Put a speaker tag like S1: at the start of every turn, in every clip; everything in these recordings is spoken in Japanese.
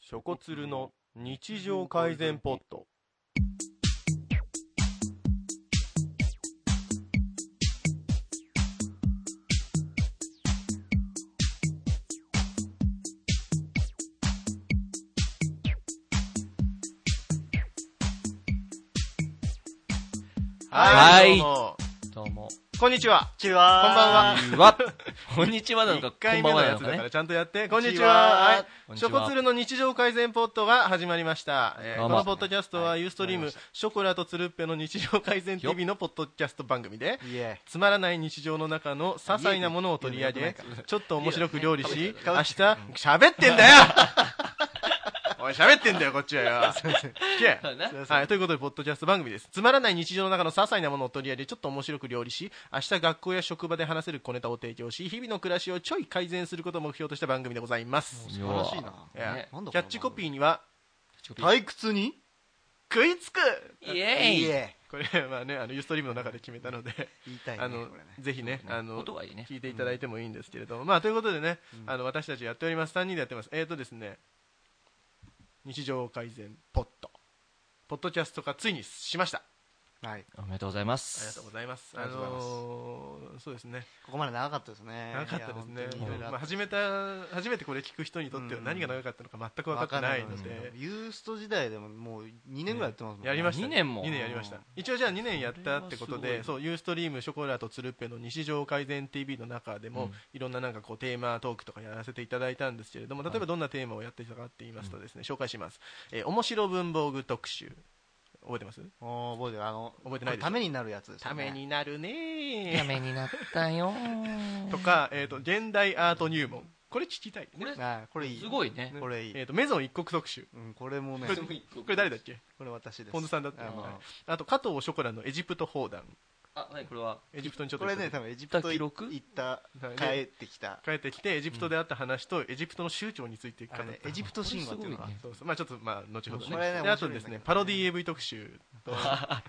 S1: ショコツルの日常改善ポット。
S2: はい
S1: どうも
S2: どうも。
S1: こんにちは。
S3: こんにちは。
S1: こんばんは
S2: こんにちは。こんにちはなのか、
S1: 1
S2: こ
S1: 回
S2: ん
S1: 目の
S2: ばんはな
S1: や
S2: の
S1: つ
S2: か
S1: だか
S2: ね
S1: ら。ちゃんとやって、こんにち
S3: こんにちは
S1: は。
S2: こんにち
S1: ショコツ
S2: は。
S1: ルの日常改善ポットが始まりました。えー
S2: どう
S1: こ
S2: も
S1: のポッドキャストはユーストリー
S2: は
S1: ム
S2: い
S1: ショコラとツルッペの日常改善 TV のポッドキャスト番組で、
S3: いえ。
S1: つまらない日常の中の些細なものを取り上
S3: いやい
S1: げ
S3: やよくないか、
S1: ちょっと面白く料理し、
S3: い
S1: 明
S3: や
S1: 日
S3: よ、
S1: 喋ってんだよ おい、喋ってんだよ、こっ ちはよ。聞け
S2: そうだな
S1: はい、ということで、ポッドキャスト番組です。つまらない日常の中の些細なものを取り上げ、ちょっと面白く料理し、明日学校や職場で話せる小ネタを提供し、日々の暮らしをちょい改善することを目標とした番組でございます。
S3: 素晴らしいな。
S1: いや
S2: ね
S1: キャッチコピーには、
S3: 退屈に
S1: 食いつく
S2: イエ
S3: い
S2: ーイ
S3: え。
S1: これ、まあね、あの、ユーストリームの中で決めたので、
S3: 言いたいね。
S1: あ
S3: これ
S1: の
S3: ね、
S1: ぜひね、あの、
S2: 音がいいね。
S1: 聞いていただいてもいいんですけれども、まあということでね、あの私たちやっております3人でやってますえっ、ー、とですね日常改善ポットポッドキャスト化ついにしましたあ
S3: はい。
S2: おめでとうございま
S1: りがとう
S2: す
S1: ご。ざいます
S3: ありがとうございます
S1: のーそうですね
S3: ここまで長かったですね。
S1: 長かったですね
S3: いや本当にいろいろあ
S1: まあ、
S3: って
S1: 始めた初めてこれ聞く人にとっては
S3: うん
S1: 何が長かったのか全く分かってないので、
S3: わかんないユースト時代でももう2年ぐらいやってますもんね。
S1: やりました、
S2: 二年も
S1: 2年やりました一応じゃあ2年やったってこと
S2: それ
S1: で
S2: はす
S1: そうユーストリームショコラとツルッペの日常改善 TV の中でも、
S2: うん
S1: いろんななんかこうテーマトークとかやらせていただいたんですけれども例えばどんなテーマをやっていたかって言いますとですね、紹介します、えー面白文房具特集覚えてます
S3: おー覚えてる。あの、
S1: 覚えてないです
S3: ためになるやつですよ
S1: た
S3: ね。
S1: めになる
S2: ダ
S1: ね
S2: メになったよ
S1: ー とか、えー、と現代アート入門これ聞きたいね
S2: これ、
S3: はい。これいい。
S2: すごいね
S1: ね。
S3: これいい
S1: えー、とメゾン一国特集
S3: うん、これもね
S1: こ、れ
S2: す
S1: こ
S2: ごい
S1: れ誰だっけ
S3: これ私です。
S1: ポンズさんだった
S3: あの
S1: はいあと加藤ショコラのエジプト砲弾
S2: あ、なにこれは。
S1: エジプトにちょっと
S3: これね、多分エジプト
S2: 行った記録
S3: 行った、
S1: はい
S3: 帰
S1: で
S3: ってきた。
S1: 帰ってきてエジプトであった話とエジプトの宗教について語っ
S3: あ
S1: た
S3: れねエジプト神話っていうの
S2: こ
S3: が
S2: れすごいね。
S1: そうそうまあちょっとまあ後ほどね
S3: これね
S1: であとで
S3: 面白いん
S1: す
S3: だけ
S1: ね
S3: ど
S1: パロディ AV 特集とあ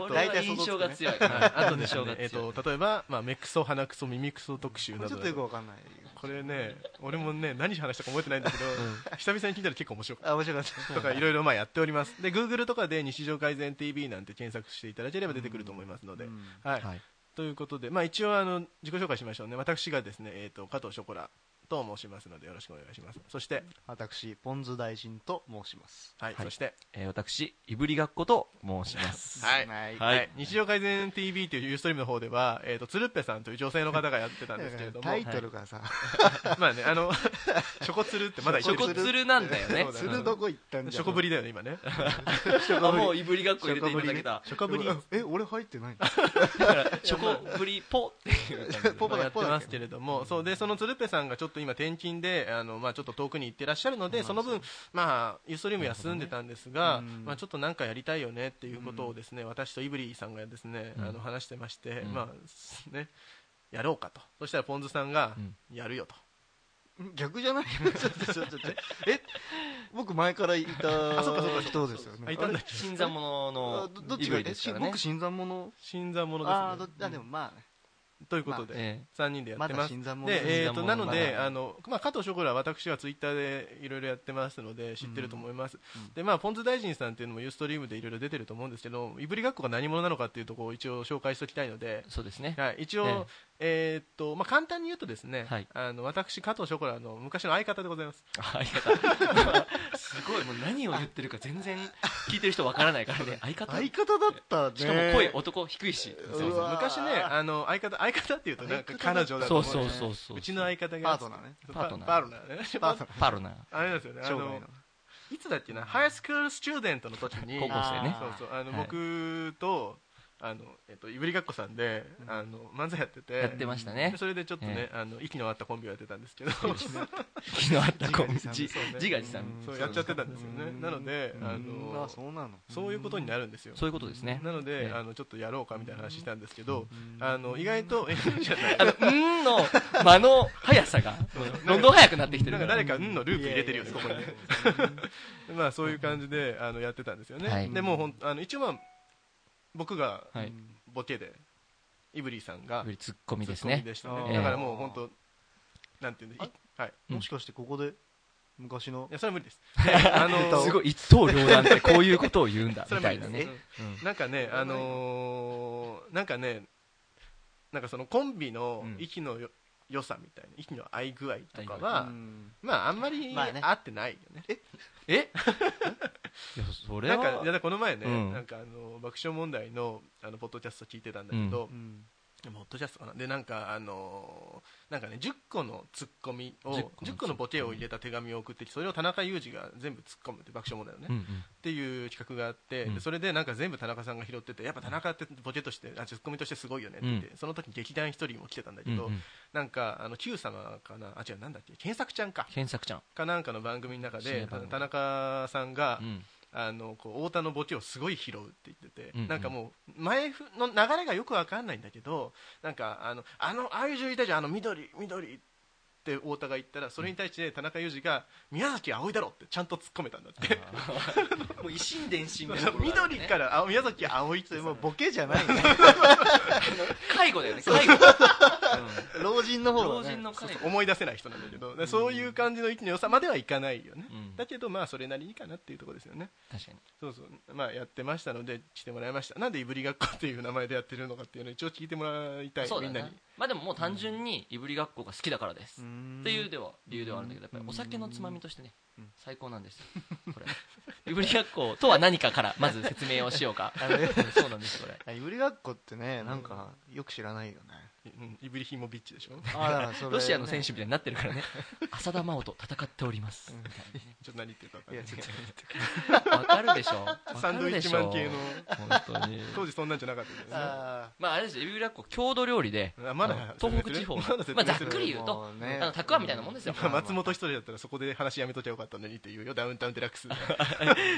S2: ことれ
S3: 大
S2: は
S3: 体想
S2: 印
S3: 像つ
S2: 象
S3: くね
S2: が強い。
S1: あ
S2: あ
S1: とですねえっと例えばまあ目くそ鼻くそ耳くそ特集
S3: こ
S1: な
S3: れち
S1: ど
S3: ょっとよくわかんない。
S1: これね俺もね何話したか覚えてないんだけど久々に聞いたら結構面白かっ
S3: あ、面白かった
S1: た。とかいろいろまあやっておりますで Google とかで日常改善 TV なんて検索していただければ出てくると思いますので
S3: うん
S1: はい
S2: はい。
S1: ということで、まあ、一応あの自己紹介しましょうね私がですね、えー、と加藤ショコラと申しますのでよろしくお願いしますそして、
S3: 私、ポンズ大臣と申します。
S1: はい
S2: はい
S1: そして、
S2: えー私、いぶりがっこと申します。
S1: はい
S3: はい
S2: はい
S1: 日常改善 TV というユーストリームの方では、えー、とつるっぺさんという女性の方がやってたんですけれども
S3: タイトルがさ、
S1: まあねあのショコつるってまだ
S2: シ
S1: 言
S2: ョ
S1: って
S2: コ
S1: る
S2: ツルなんだよね
S1: そう。だ
S3: す
S1: ね
S3: るどこ行ったん
S1: シ
S3: じゃ
S1: ョコぶりだよね今ね
S2: あ、もういぶりがっこ入れていただけた。
S1: ショコぶり
S3: ええ俺入ってない
S2: だから、ショコぶりぽっていう感じで。
S3: ポポ
S1: まあや
S3: だ
S1: って
S3: ポだ
S1: ますけれども、そうでその鶴瓶さんがちょっと今転勤であのまあちょっと遠くに行ってらっしゃるので、その分まあユーストリーム休んでたんですが、
S3: うん
S1: まあちょっとなんかやりたいよねっていうことをですね、私とイブリーさんがですね、
S2: うん
S1: あの話してまして、
S2: うん
S1: まあねやろうかと、そしたらポンズさんが
S2: うん
S1: やるよと、
S3: 逆じゃないちょっとちょっとちょっとえ僕前からい た
S1: あそっかそっかそっか
S3: 人ですよね
S1: あいたんだっけ
S2: 新参者
S3: あ
S2: の
S3: どどっ
S2: い
S3: ち
S2: ぶ
S3: が
S2: り
S3: え
S2: です
S3: し
S2: からね
S3: 僕。新参者
S1: 新参者ですね。
S3: あーどあでもまあね
S1: ということで、
S2: え
S1: 3人でやっ
S3: ま
S1: て
S3: だ
S1: ます。
S3: 新参者
S1: で、え
S2: 新
S1: ー、
S2: 参
S1: と
S2: 者
S1: なの
S2: ま
S1: で、
S2: だ
S1: あのまあ、加藤翔吾らは私はツイッターでいろいろやってますので知ってると思います、
S3: うんうん
S1: でまあ、ポンズ大臣さんっていうのもユーストリームでいろいろ出てると思うんですけどいぶりがっこが何者なのかっていうところを一応紹介しておきたいので
S2: え、そうですね。
S1: はい、一応、え
S2: え
S1: ーっとまあ、簡単に言うとですね、
S2: はい
S1: あの私、加藤翔吾らの昔の相方でございます
S2: 相方 すごいもう何を言ってるか全然聞いてる人わからないからね相方
S3: 相方だったね
S2: しかも声男低いし
S3: うわー
S1: 昔ねあの相方相方っていうとなんか彼女だと
S2: そ
S1: 思う
S2: うそうそうそう
S1: うちの相方が
S3: パートナーね
S2: パートナー
S1: パートナーね
S3: パートナー
S2: パルナ
S1: あれなんですよねあ
S3: 生涯
S1: の
S3: の
S1: いつだっけなハイスクールスチューデントの時に
S2: 高校生ね
S3: あ
S1: そうそうあの、
S2: はい
S1: 僕とあの、えっと、いぶりがっこさんで、あの漫才やってて
S2: やってましたね
S1: でそれでちょっとね、
S2: え
S1: あの息の合ったコンビをやってたんですけど
S2: 昨日あったコンビ
S3: 自画
S2: 自
S3: 自
S1: 賛
S2: 自画自賛
S3: うん
S1: そうやっちゃってたんですよね
S3: うん
S1: なのであ
S3: うんあ
S1: の
S3: そうなの
S1: そういうことになるんですよ
S2: そういうことですね
S1: なので、
S2: ええ
S1: あのちょっとやろうかみたいな話したんですけど、あの意外 とえじゃない
S2: あの「うん」の間の速さがどんどん速くなってきて
S1: な
S2: る
S1: ん
S2: か
S1: から誰か「うん」のループ入れてるよね、ここにね。 まあそういう感じであのやってたんですよね、
S2: はい
S1: でもうほんあの一応、まあ、僕が
S2: はい
S1: ボケで、イブリーさんが
S2: よりツッコミです
S1: ツッコミ
S2: ね
S1: でしたね
S3: ええ
S1: だからもう本当、なんていうんでいはい、
S3: もしかしてここで昔の
S1: いやそれは無理です であの
S3: ネタを
S2: すごい一刀両断ってこういうことを言うんだ
S1: そ
S2: み
S1: れは
S2: た
S1: 無
S2: い
S1: 理
S2: な
S1: です
S2: ね
S1: ね、なんかね、あのーなんかね、なんかそのコンビの
S2: うん
S1: 息のよ、良さみたいな、息の合い具合とか
S3: う
S1: は、
S3: ん
S1: まあ、あんまり
S3: まあね
S1: 合ってないよね。
S2: えいやそれ
S1: な
S2: は
S1: んか、いやだからこの前ね、
S2: うん
S1: なんかあの爆笑問題のあのポッドキャスト聞いてたんだけど
S3: う、ん
S1: ポッドキャストかな、で、なんか、あのーなんかね、10個のツッコミを、10
S2: 10個の
S1: 個のボケを入れた手紙を送ってきて、それを田中裕二が全部突っ込むって爆笑問題のね。
S2: うんうん
S1: っていう企画があって、
S2: うん
S1: でそれでなんか全部田中さんが拾っててやっぱ田中ってボケとしてあツッコミとしてすごいよねって言って、その時劇団一人も来てたんだけど、
S2: うんうん
S1: なんかあの Q 様かなあ違うなんだっけ検索ちゃんか
S2: 検索ちゃん、
S1: かなんかの番組の中
S2: 深夜
S1: で
S2: 番組
S1: 田中さんが、
S2: うん
S1: あのこう太田のボケをすごい拾うって言ってて、
S2: うんうん
S1: なんかもう前ふの流れがよくわかんないんだけどなんかあのあのああいう女優いたじゃんあの緑緑って太田が言ったらそれに対して田中裕二が宮崎葵だろってちゃんと突っ込めたんだって。
S2: もう一心伝心みたいなところがある
S1: 緑
S2: ね
S1: から青宮崎葵って
S3: で
S1: も
S3: も
S1: う
S3: ボケじゃないね
S2: 介護だよね介護、
S3: 老人の
S2: うん
S3: 方
S2: 老
S3: だね
S2: 人の介護
S1: 思い出せない人なんだけど、でそういう感じの息の良さまではいかないよね、
S2: うん
S1: だけどまあそれなりにかなっていうところですよね
S2: 確かに
S1: そうそうまあやってましたので来てもらいましたなんでいぶりがっこっていう名前でやってるのかっていうのを一応聞いてもらいたい、
S2: そう
S1: み
S2: だ
S1: んな
S2: ね
S1: に
S2: まあでももう単純にいぶりがっこが好きだからです、
S3: うん
S2: っていうでは理由ではあるんだけどやっぱりお酒のつまみとしてね
S3: うん
S2: 最高なんですよこれいぶりがっことは何かからまず説明をしよう かうんそうなんですこれ
S3: あいぶりがっこってねなんかよく知らないよね
S1: うんいぶりひもビッチでしょ
S3: あだからそれ
S2: ロシアの選手みたいになってるから ね浅田真央と戦っております
S3: うん
S2: みたいなね
S1: ちょっと何言ってるか分かん
S3: い
S1: な
S3: や
S1: い
S3: ちょっと
S2: わかるでしょわかる でしょ
S1: サンドイッチマン系の
S2: 本当に
S1: 当時そんなんじゃなかったけどね
S3: あ
S2: まああれですよいぶりがっこ郷土料理で
S1: あまだ
S2: あの東北地方の
S1: まだ説
S2: ま
S1: 明
S2: あざっ
S1: する
S2: くり言うと
S3: もうね
S2: あのたくあんみたいなもんですよ
S1: まあ松本一人だったらそこで話やめときゃよかったのにっていうよダウンタウンデラッ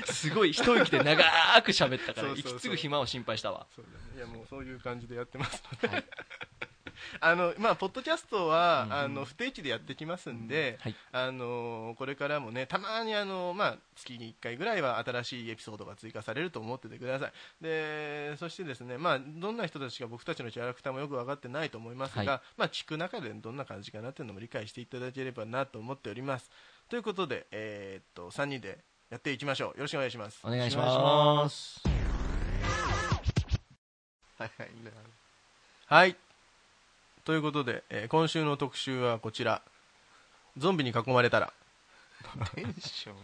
S1: クス
S2: すごい一息で長ーく喋ったから
S1: そうそうそう
S2: 息継ぐ暇を心配したわ
S1: そうだね、いやもうそういう感じでやってますので、 あのまあポッドキャストは、
S2: うん
S1: あの不定期でやってきますんで、
S2: はい
S1: あのこれからもねたまにあのまあ月に1回ぐらいは新しいエピソードが追加されると思っててください。でそしてですねまあどんな人たちが僕たちのキャラクターもよく分かってないと思いますが、
S2: はい
S1: まあ聞く中でどんな感じかなっていうのも理解していただければなと思っております。ということでえーっと3人でやっていきましょう。よろしくお願いします。
S2: お願いし
S3: お願いし
S2: ま
S3: ますはいはいね
S1: はい。ということで、えー今週の特集はこちら。ゾンビに囲まれたら。
S3: テンション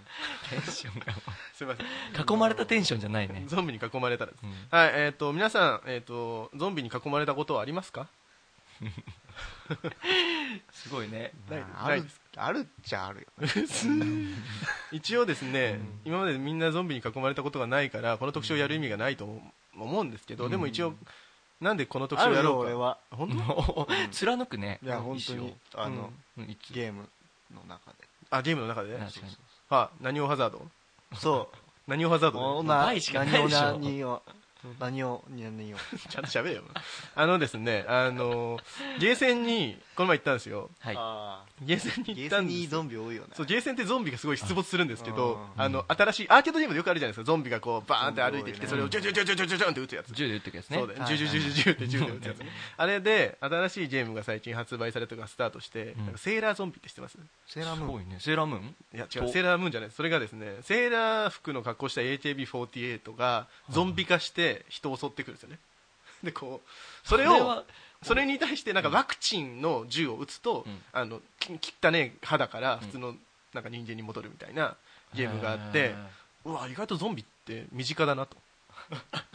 S2: テンションが
S1: すいません。
S2: 囲まれたテンションじゃないね、
S1: ゾンビに囲まれたら。
S2: うん
S1: はい、えっ、と、皆さん、えっ、と、ゾンビに囲まれたことはありますか
S2: すごいね
S1: ない
S3: まああ
S1: ない
S3: る
S1: です
S3: あるっちゃあるよね
S1: 一応ですね、今までみんなゾンビに囲まれたことがないから、この特集をやる意味がないと思う思うんですけど、でも一応、なんでこの特
S3: あ
S1: 集を
S3: る
S1: や
S3: よ
S1: ろう
S3: 俺
S1: か。
S3: は
S1: 本当
S2: もう貫くね
S3: いや
S2: うん
S3: 本当
S2: 意思
S3: に
S2: を
S3: あの
S2: うんいつ
S3: ゲームの中で
S1: あ、ゲームの中で
S2: 確かに
S1: は何をハザード
S3: そ
S1: 何をハザー
S3: うも
S1: ド
S3: う
S1: で
S2: もう
S3: な
S2: 倍しかないでしょ
S3: 何を何を何を
S1: ちゃんと喋れよ。あのですね、あの、ゲーセンに、この前行ったんですよ。
S2: はい
S3: あ
S1: ゲーセン
S3: ー
S1: に
S3: ゲ
S1: 行っ
S3: ー
S1: た
S3: セ
S1: ん
S3: ン
S1: ですよ
S3: にゾンビ多いよね
S1: そうゲーセンってゾンビがすごい出没するんですけど
S3: うん
S1: あの新しいアーケードゲームでよくあるじゃないですかゾンビがこうバーンって歩いてきて
S3: うん
S1: それをジュンジュンジュンジュンジュンジュンって撃つやつ
S2: 銃で撃っとくやつね
S1: そうだよ
S3: はい
S1: ジュジュジュジュジュって銃で撃つやつねあれで新しいゲームが最近発売されたのがスタートして
S2: うん
S1: なんかセーラーゾンビって知ってます
S3: セーラー
S2: す
S3: ムー
S2: ご
S3: ン
S2: いねセーラームーン
S1: いや違う
S2: と
S1: セーラームーンじゃないそれがですねセーラー服の格好した AKB48 がゾンビ化して人を襲ってくるんですよねでこうそれ
S2: これ
S1: を
S2: は
S1: それに対してなんかワクチンの銃を撃つと、
S2: うん
S1: あのき汚ね肌から普通のなんか人間に戻るみたいなゲームがあってうわ意外とゾンビって身近だなと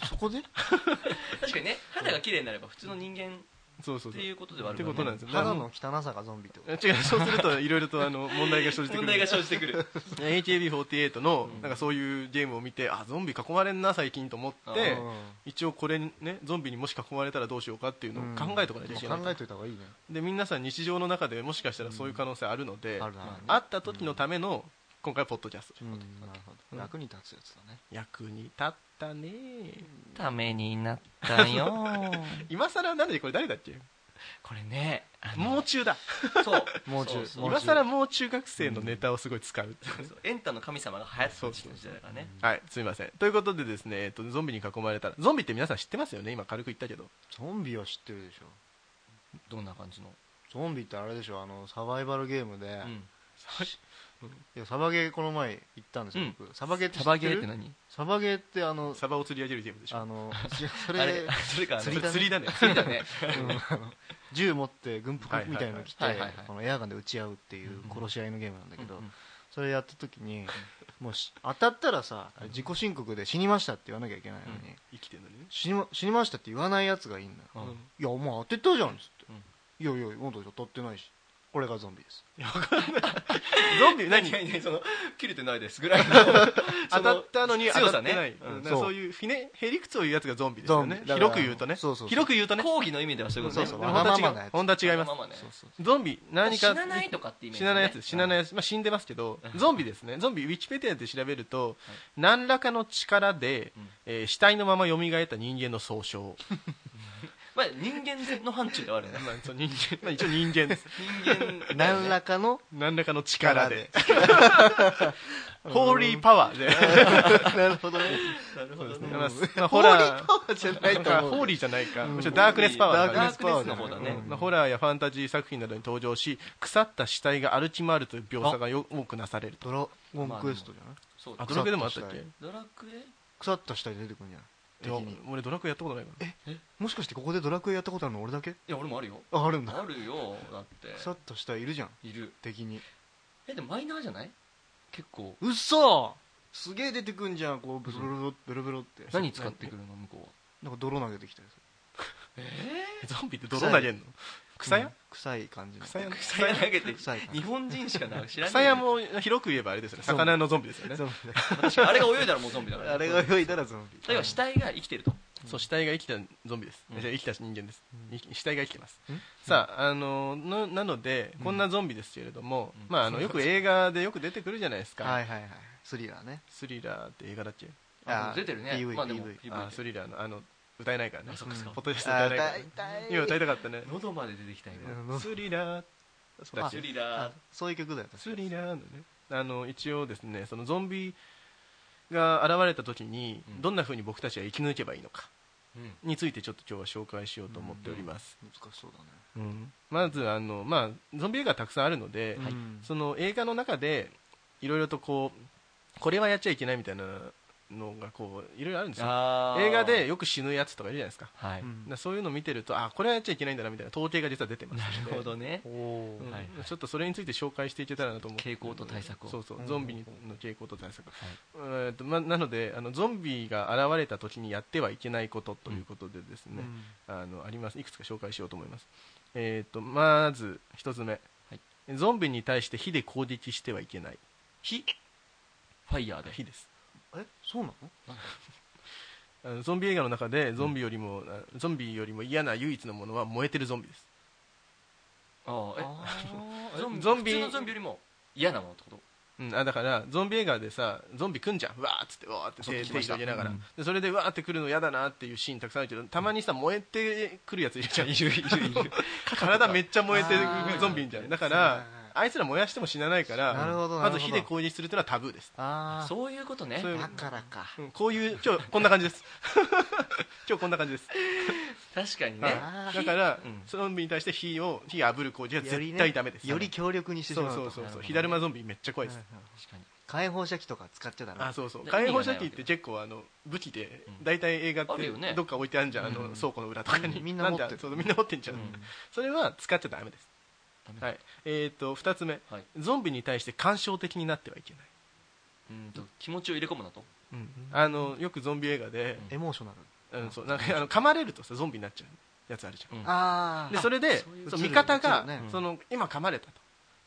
S3: そ こで
S2: 確かにね肌が綺麗になれば普通の人間
S1: そうそう
S2: っ
S1: そ
S2: て
S1: う
S2: いうことではある
S1: ってことなんですよ
S3: 肌の汚さがゾンビってこと
S1: 違うそうするといろいろとあ の問題が生じてくる
S2: 問題が生じてくる
S1: AKB48 のなんかそういうゲームを見てあゾンビ囲まれんな最近と思って
S3: うん
S1: 一応これねゾンビにもし囲まれたらどうしようかっていうのを考えとかなきゃいけない、
S3: 考えといた方がいいね
S1: で皆さん日常の中でもしかしたらそういう可能性あるので、
S3: あるな
S2: まあね
S1: 会った時のための今回はポッドキャスト
S3: うんなるほ
S1: うん
S3: ど役に立つやつだね
S1: 役に立ったね
S2: ためになったよ
S1: 今さらなんでこれ誰だっけ
S2: これねあの
S1: もう中だ
S2: そう
S3: もう中
S2: そうそう
S3: もう中
S1: 今さらもう中学生のネタをすごい使うっていう
S2: そうエンタの神様が流行ってた時代だからね
S1: はいすみませんということでですね、えっと、ゾンビに囲まれたらゾンビって皆さん知ってますよね今軽く言ったけど
S3: ゾンビは知ってるでしょ
S2: どんな感じの
S3: ゾンビってあれでしょあのサバイバルゲームで
S2: うん
S3: いやサバゲーこの前行ったんですよ、
S2: うん
S3: 僕サバゲーって知
S2: サ
S3: ってる
S2: バゲーって何
S3: サバゲーってあの
S1: サバを釣り上げるゲームでしょ
S3: あのいやそれ
S2: あれそれかあの
S1: 釣
S3: 釣
S1: り
S3: り
S1: だ
S3: だ
S1: ね
S3: ね
S1: 釣りだね
S2: 釣りだね
S3: うんあの銃持って軍服みたいなの着て
S2: はいはいはいはいはいはい
S3: このエアガンで撃ち合うっていう殺し合いのゲームなんだけど、それやった時にもうし当たったらさあれ自己申告で死にましたって言わなきゃいけないのに、
S1: 生きてるのにね
S3: 死にま死にましたって言わないやつがいいんだよ、
S2: うん
S3: いやお前当てたじゃんっつって、いやいや本当に当たってないしこれがゾンビです
S1: ゾンビ何
S2: 何何 その切れてないですぐらいの
S1: 当たったのに当たってない、
S2: 強さね
S1: う
S2: うんん
S1: だからそういうひねへりくつを言うやつがゾンビですよね
S3: ゾンビだから
S1: 広く言うとね
S3: そうそうそう
S1: 広く言うとね
S2: 抗議の意味ではそういうことね
S3: そうそう
S1: でも
S3: わが
S1: 本当は違
S3: まま
S1: う
S3: なやつ
S1: 本当は違います
S2: まあまあね
S1: ゾンビ何か
S2: 死なないとかってイメージ
S1: 死なないやつです死なないやつ、まあ、死んでますけどゾンビですねゾンビウィキペディアで調べると、何らかの力で、
S2: うん
S1: えー死体のまま蘇った人間の総称
S2: まあ人間の範疇ではあるね
S1: まあそう人間、まあ、一応人間です
S2: 人間だよね
S3: 何らかの
S1: 何らかの力で
S3: ん
S1: ホーリーパワーで
S3: なるほどね
S2: なるほどね
S1: まあまあ
S3: ホ
S1: ホ
S3: ーリー
S1: ラー
S3: パワーじゃないと
S1: まあ
S3: 思う
S1: ホーリーじゃないか、
S3: うん
S1: むしろダークネスパワーだ
S2: ダ
S1: から
S2: ー
S1: ね
S2: クネスの方だね
S3: ダークネス
S1: まあホラーやファンタジー作品などに登場し腐った死体が歩き回るという描写がよ多くなされると
S3: ドラゴンクエストじゃない
S2: そう
S1: あ
S2: だ
S1: ドラクエでもあったっけ
S3: 腐っ
S1: い
S3: た
S2: ドラクエ
S3: 腐った死体出てくるんじゃない
S1: や
S3: 敵に
S1: 俺ドラクエやったことないから
S3: もしかしてここでドラクエやったことあるの俺だけ
S2: いや俺もあるよ
S3: ああるんだ
S2: あるよだって
S3: 腐った死体いるじゃん
S2: いる
S3: 敵に
S2: えでもマイナーじゃない結構
S3: うっそすげえ出てくんじゃんこうブルブルブルブルブルって
S2: 何使ってくるの向こうは
S3: なんか泥投げてきたりする
S2: え
S1: ゾンビって泥投げんの草
S3: う
S1: 屋
S3: ん臭い感じの
S1: 草屋
S2: え草屋投げて
S3: 臭い感
S2: 日
S3: じ
S2: 本人しかな知らない
S1: 草屋も広く言えばあれですよね
S3: ゾンビ
S1: 魚のゾンビですよね
S3: ゾンビ
S2: 確かにあれが泳いだらもうゾンビだか
S3: だ
S2: ら
S3: あれが泳いだらゾンビ
S2: 例えば死体が生きてると
S1: そう死体が生きたゾンビです、
S2: うん
S1: じゃあ生きた人間です、
S3: うん
S1: い死体が生きてます、
S3: うん
S1: さあ、あのななのでこんなゾンビですけれども、
S2: うん
S1: まあ、あのよく映画でよく出てくるじゃないですか、
S3: はいはいはいスリラーね
S1: スリラーって映画だっけ
S2: あ
S3: あー
S2: 出てるね
S3: PV
S2: まあでも
S3: PV
S1: あ
S2: PV
S1: スリラーのあの歌えないからね
S2: あそっかそっか
S1: ポッドキャスト歌
S3: あ
S1: えない
S3: ー
S1: から、ね、
S3: 痛い
S1: 今歌いたかったね
S2: 喉まで出てきた今
S3: うん
S1: スリラー
S3: あ
S2: スリラー
S3: そういう曲だよ確か
S1: スリラーのねあの一応ですねそのゾンビが現れた時に、
S2: うん
S1: どんなふうに僕たちは生き抜けばいいのか
S2: うん
S1: についてちょっと今日は紹介しようと思っております、
S3: に難しそうだね
S1: まずあの、まあ、ゾンビ映画たくさんあるので、
S3: はい
S1: その映画の中でいろいろとこうこれはやっちゃいけないみたいなのがこういろいろあるんですよ
S2: あー
S1: 映画でよく死ぬやつとかいるじゃないですか
S2: はい
S3: うん
S1: だからそういうのを見てるとあこれはやっちゃいけないんだなみたいな統計が実は出てます
S2: なる
S1: ので
S2: ほどね
S3: おお
S1: うん
S2: はいはい
S1: ちょっとそれについて紹介していけたらなと思って
S2: 傾向と対策を
S1: そうそう
S3: うん
S1: ゾンビの傾向と対策、えーとま、なのであのゾンビが現れた時にやってはいけないことということでですね、あのありますいくつか紹介しようと思います、えー、とまず一つ目、ゾンビに対して火で攻撃してはいけない
S2: 火ファイヤーで
S1: 火です
S3: えそうなの
S1: あのゾンビ映画の中でゾンビよりも、あゾンビよりも嫌な唯一のものは燃えてるゾンビです
S2: ああえゾンビ
S1: ゾンビ
S2: 普通のゾンビよりも嫌なものってこと
S1: うん、あだからゾンビ映画でさゾンビ来んじゃんうわーっつってうわーって
S2: そう
S1: 手
S2: 聞きま
S1: 手
S2: した
S1: 広げながら、
S2: うん
S1: でそれでうわーって来るの嫌だなっていうシーンたくさんあるけどたまにさ燃えてくるやついるじゃん体めっちゃ燃えてるゾンビいんじゃんだからあいつら燃やしても死なないから
S3: なるほどな
S1: ま
S3: るほど
S1: ず火で攻撃するっていうのはタブーです、
S3: あ
S2: そういうことね
S1: そういう
S3: あだからか
S1: うんこういう今日こんな感じです 今日こんな感じです、
S2: 確かに
S1: はい
S2: ね
S3: あー
S1: だから、
S2: うん
S1: ゾンビに対して火を火炙る攻撃は
S3: より
S1: 絶
S3: ね
S1: 対ダメです
S3: より強力にしてし
S1: そう
S3: まう
S1: そう
S3: と
S1: そう
S2: なる
S1: そ
S2: ほ
S1: う
S2: どね
S1: 火だるまゾンビめっちゃ怖いです、
S2: 確かに
S3: 火炎放射器とか使っちゃダメ
S1: あそうそう
S2: で
S1: 火炎放射器って結構あの武器で
S2: うん
S1: 大体映画って
S2: あるよね
S1: どっか置いてあるじゃんあ
S2: う
S1: の
S2: ん
S1: 倉庫の裏とかに
S3: うんみんな持ってる
S1: んでそうみんな持ってんじゃん
S2: うん
S1: それは使っちゃダメです
S2: ダメだ
S1: はいえっと2つ目
S2: はい
S1: ゾンビに対して干渉的になってはいけない
S2: うんと気持ちを入れ込むなと
S1: あのよくゾンビ映画で
S2: うん
S3: エモーショナル
S1: うんそうなんかあの噛まれるとさゾンビになっちゃうやつあるじゃん
S2: うん
S3: あ
S1: でそれで
S2: そういう
S1: そう
S3: 映る
S1: 味方
S3: 映
S1: が
S3: るね
S1: その今噛まれたと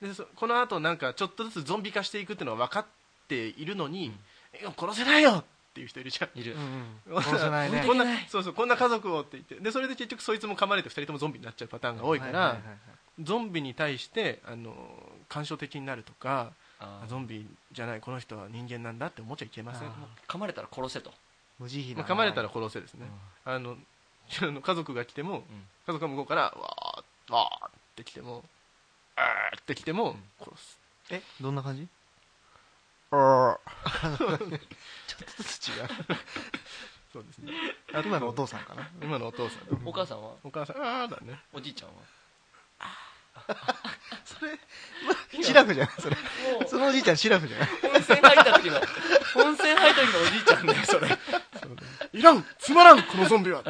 S1: でそこのあとんかちょっとずつゾンビ化していくっていうのは分かっているのにいや殺せないよっていう人いるじゃん
S2: いる
S3: 殺せないね
S1: こんなそうそうこんな家族をって言ってでそれで結局そいつも噛まれて2人ともゾンビになっちゃうパターンが多いから、
S3: はいはいはいはい
S1: ゾンビに対してあの干渉的になるとか
S2: あ
S1: ゾンビじゃないこの人は人間なんだって思っちゃいけません
S3: あー
S1: ま
S2: 噛まれたら殺せと
S3: 無慈悲
S1: あ
S3: な
S1: 噛まれたら殺せですね、あの あの家族が来ても
S2: うん
S1: 家族が向こうからわーわーって来てもあーって来ても殺す、
S3: えどんな感じ
S1: あ
S3: 違う
S1: そうですね
S3: 今のお父さんかな
S1: 今のお父さん
S2: お母さんは
S1: お母さんあーだね
S2: おじいちゃんは
S1: それ
S3: シラフじゃないそれそのおじいちゃんシラフじゃない
S2: 温泉入った時の温泉入った時のおじいちゃんだよそれ
S1: いらんつまらんこのゾンビ は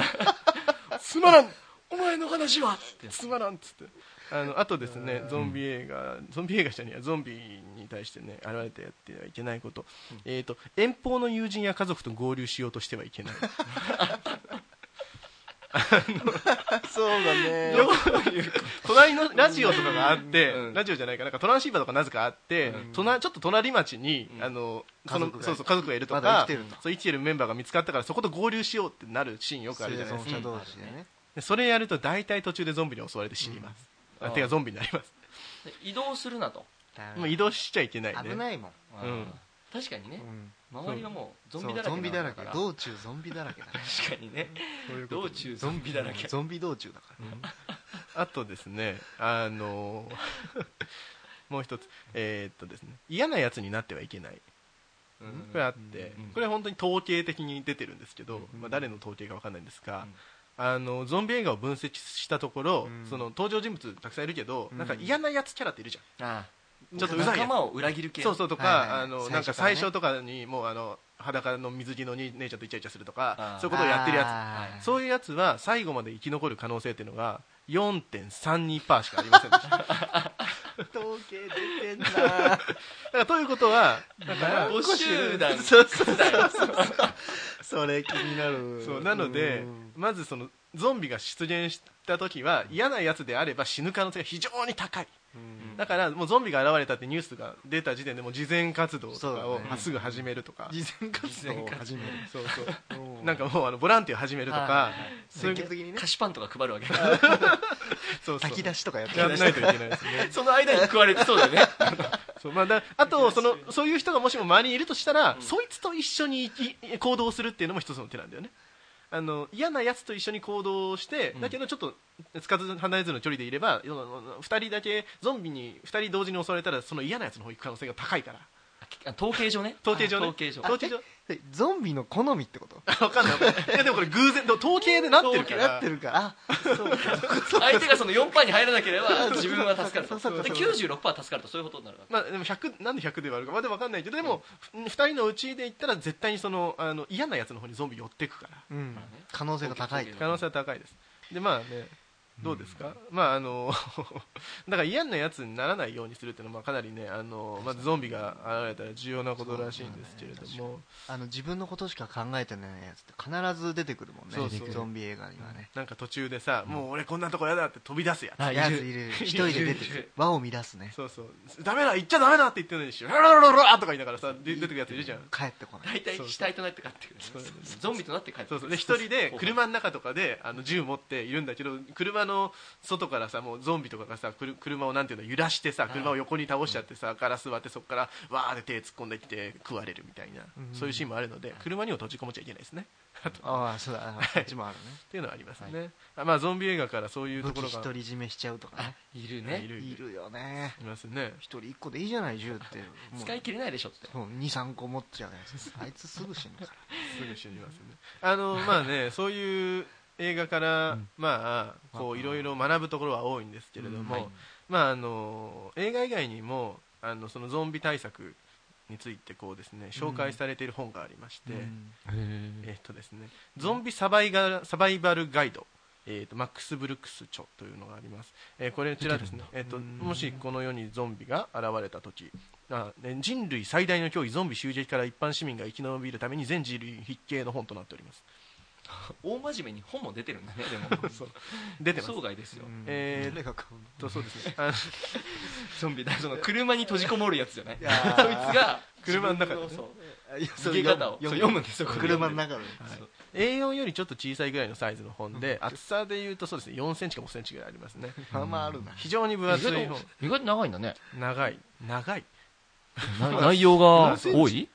S1: つまらんお前の話はつまらんっつってあのあとですねゾンビ映画ゾンビ映画したにはゾンビに対してね現れてやってはいけないこと,、えー、と遠方の友人や家族と合流しようとしてはいけない
S3: そうだね
S1: どういう隣のラジオとかがあって、
S2: うん
S1: ラジオじゃないかなんかトランシーバーとかなぜかあって、隣ちょっと隣町に、あのその
S3: 家族が
S1: そうそう家族がいるとか、
S3: まだ生きてるんだ
S1: そう生きてるメンバーが見つかったからそこと合流しようってなるシーンよくあるじゃないですか
S3: 生存者同士でね
S1: でそれやると大体途中でゾンビに襲われて死にます、
S2: うん
S1: あ手がゾンビになります
S2: 移動するなと、
S1: もう移動しちゃいけないね
S3: 危ないもん
S1: ん
S2: 確かにね
S3: うん
S2: 周りはもうゾンビだら
S3: そ
S2: け
S3: うゾンビだらけ
S2: なんから
S3: 道中ゾンビだらけだね
S2: 確かにね道中ゾンビだらけ
S3: ゾンビ道中だから
S1: あとですねあのー もう一つえーっとですね嫌なやつになってはいけない
S2: うん
S1: これあって、
S2: うん
S1: これ本当に統計的に出てるんですけど、まあ、誰の統計かわかんないんですが、あのゾンビ映画を分析したところ、
S3: うん
S1: その登場人物たくさんいるけど、
S3: うん
S1: なんか嫌なやつキャラっているじゃん
S3: あ
S1: ちょっとうざいやつ
S2: 仲間を裏切る系
S1: そうそうとか、
S3: はいはい
S1: あの
S3: 最初
S1: なんか
S3: から
S1: 最
S3: ね
S1: 初とかにもうあの裸の水着のに姉ちゃんとイチャイチャするとか
S2: あー
S1: そういうことをやってるや
S3: あー
S1: つそういうやつは最後まで生き残る可能性っていうのが4.32%しかありませんでしただか
S3: 統計出てんな
S1: らということはだから
S2: 5集団
S3: そうそうそうそれ気になる
S1: そうなので
S3: うん
S1: まずそのゾンビが出現した時は嫌なやつであれば死ぬ可能性が非常に高い
S3: うん
S1: だからもうゾンビが現れたってニュースが出た時点でもう慈善活動と
S3: そう
S1: か
S3: だ
S1: を
S3: ね
S1: まっすぐ始めるとか、
S3: 慈善活動を始める
S1: そうそうなんかもうあのボランティア始めるとかそうい
S3: 積
S1: う
S3: 極的にね
S2: 菓子パンとか配 るわけ
S1: そうそう
S3: 炊き出しとかやって
S1: や
S3: る
S1: らないといけないですね
S2: その間に食われてそうだよね
S1: そう、まあ、だあとそのそういう人がもしも周りにいるとしたら、そいつと一緒にいい行動するっていうのも一つの手なんだよねあの嫌なやつと一緒に行動して、だけどちょっとつかず離れずの距離でいれば2人だけゾンビに2人同時に襲われたらその嫌なやつの方行く可能性が高いから
S2: あ統計上ね
S1: 統計上ね
S2: 統計上
S1: 統計上
S3: でゾンビの好みってこと
S1: 分かんないいやでもこれ偶然でも統計でなってるか
S3: な
S1: ら
S3: ってるからあそうか
S2: 相手がその4%に入らなければ自分は助かる
S3: そう
S2: と
S3: そうそう
S2: で96%助かるとそういうことになるわけ
S1: まあ、でも100なんで100で割るかまだ分かんないけどでも、2人のうちで言ったら絶対にそのあの嫌なやつの方にゾンビ寄ってくから
S3: うん可能性が高いと
S1: 可能性は高いですでまあねどうですか、まああの だから嫌なやつにならないようにするっていうのはまあかなりねあのまずゾンビが現れたら重要なことらしいんですけれども、
S3: あの自分のことしか考えてないやつって必ず出てくるもんね
S1: そうそう
S3: ゾンビ映画にはね
S1: なんか途中でさ、もう俺こんなとこやだって飛び出すやつ、
S2: あ
S3: や
S2: い
S3: つ
S2: る
S3: いる一人で出て
S2: い
S3: く
S2: る
S3: る輪を乱すね
S1: そうそうダメだ行っちゃダメだって言ってるのにシ ュラララララとか言いながらさで出てくるやついるじゃん
S3: 帰ってこ ない
S2: 大体死体となって帰ってくる
S1: そうそう
S2: ゾンビとなって帰ってく
S1: そう
S2: る
S1: そうで一人で車の中とかであの銃持っているんだけど車の外からさもうゾンビとかがさくる車をなんていうの揺らしてさ車を横に倒しちゃってさガラス割ってそこからわーって手突っ込んできて食われるみたいな、
S3: うん
S1: そういうシーンもあるので車にも閉じこもっちゃいけないですね
S3: ああそうだあこっちもあるね
S1: っていうのはありますね、あまあ、ゾンビ映画からそういうと
S3: 武
S1: こ
S3: 器
S1: ろが
S3: 独り占めしちゃうとかね
S2: いる
S1: い
S2: ね
S1: るい
S3: い
S1: る
S3: るよね
S1: いますね
S3: 一人一個でいいじゃない銃ってもう
S2: 使い切れないでしょって
S3: そう23個持っちゃうやつあいつすぐ死ぬから
S1: すぐ死にますねあのまあねそういう映画から、まあこういろいろ学ぶところは多いんですけれども、
S3: うんはい
S1: まああの映画以外にもあのそのゾンビ対策についてこうですね紹介されている本がありまして、
S3: うん
S1: えっとですねゾンビサバイガサバイバルガイドえー、とマックス・ブルックス著というのがあります、えーこれこちらですね、えー、ともしこの世にゾンビが現れた時あね人類最大の脅威ゾンビ襲撃から一般市民が生き延びるために全人類必見の本となっております
S2: 大真面目に本も出てるんだねでもそう
S1: 出てます
S2: 生涯ですよ
S1: えー
S3: 誰が買うの
S1: とそうですねあの
S2: ゾンビだその車に閉じこもるやつじゃない
S3: いやー
S2: そいつが
S1: 車の中でね
S2: 自分そう
S3: あいやそ
S2: 逃
S3: れ
S2: げ方をそう読むんですよこれ
S3: 車の中で
S1: A4 よりちょっと小さいぐらいのサイズの本で厚さでいうとそうですね4センチか5センチぐらいありますね
S3: まあまああるな
S1: 非常に分
S2: 意
S1: 厚い
S2: 外
S1: 本
S2: と意外と長いんだね
S1: 長い長い
S2: な内容が多い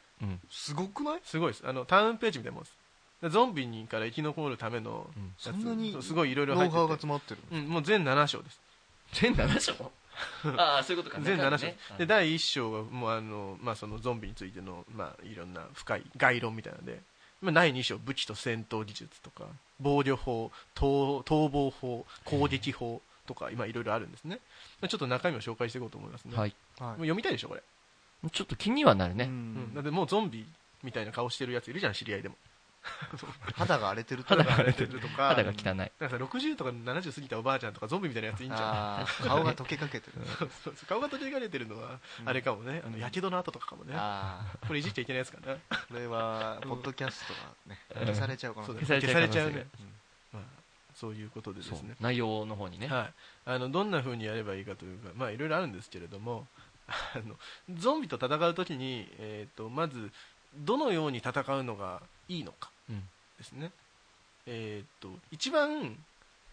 S3: すごくない
S1: すごいですあのタウンページみたいなもんですでゾンビにから生き残るための
S2: ん
S1: やつ
S3: そんなに
S1: そうすごいいろいろ
S3: ノ
S1: 入
S3: ウハウ
S1: っ
S3: が
S1: てて
S3: 詰まってる
S1: うん、もう全7章です
S2: 全7章 ああそういうことか
S1: 全7章、
S2: ね
S1: で第1章はもうあの、まあ、そのゾンビについての、まあ、いろんな深い概論みたいなので、まあ、第2章武器と戦闘技術とか防御法逃逃亡法攻撃法とか今いろいろあるんですねちょっと中身を紹介していこうと思いますね、
S2: はい
S1: もう
S3: はい
S1: 読みたいでしょこれ、
S2: ちょっと気にはなる
S3: う
S2: ね、
S1: うん、だっ
S3: ん
S1: てもうゾンビみたいな顔してるやついるじゃん知り合いでも
S3: 肌が荒れてると
S2: 肌が
S1: 荒れ
S2: 荒れ
S1: て
S2: て
S1: る
S2: る
S1: とか
S2: 肌が汚い
S1: なんかさ60とか70過ぎたおばあちゃんとかゾンビみたいなやついいんじゃん
S3: あー
S2: 確か
S3: 顔
S2: に
S3: が溶けかけてる
S1: そうそう顔が取り上げれてるのは
S3: うん
S1: あれかもね、あのやけどの跡とかかもね、
S3: あ
S1: これいじっちゃいけないやつかな、
S3: あこれはポッドキャストがね消されちゃうかも
S1: そうだね
S2: 消
S1: 消さ
S2: さ
S1: れ
S2: れ
S1: ち
S2: ち
S1: ゃ
S2: ゃ
S1: う
S2: う
S1: ね
S2: ね、
S1: まあ、そういうことでです
S2: そう
S1: ね、
S2: 内容の方にね、
S1: はい、あのどんな風にやればいいかというか、まあ、いろいろあるんですけれども、あのゾンビと戦うときに、えーと、まずどのように戦うのがいいのか
S2: うん
S1: ですね、えー、と一番、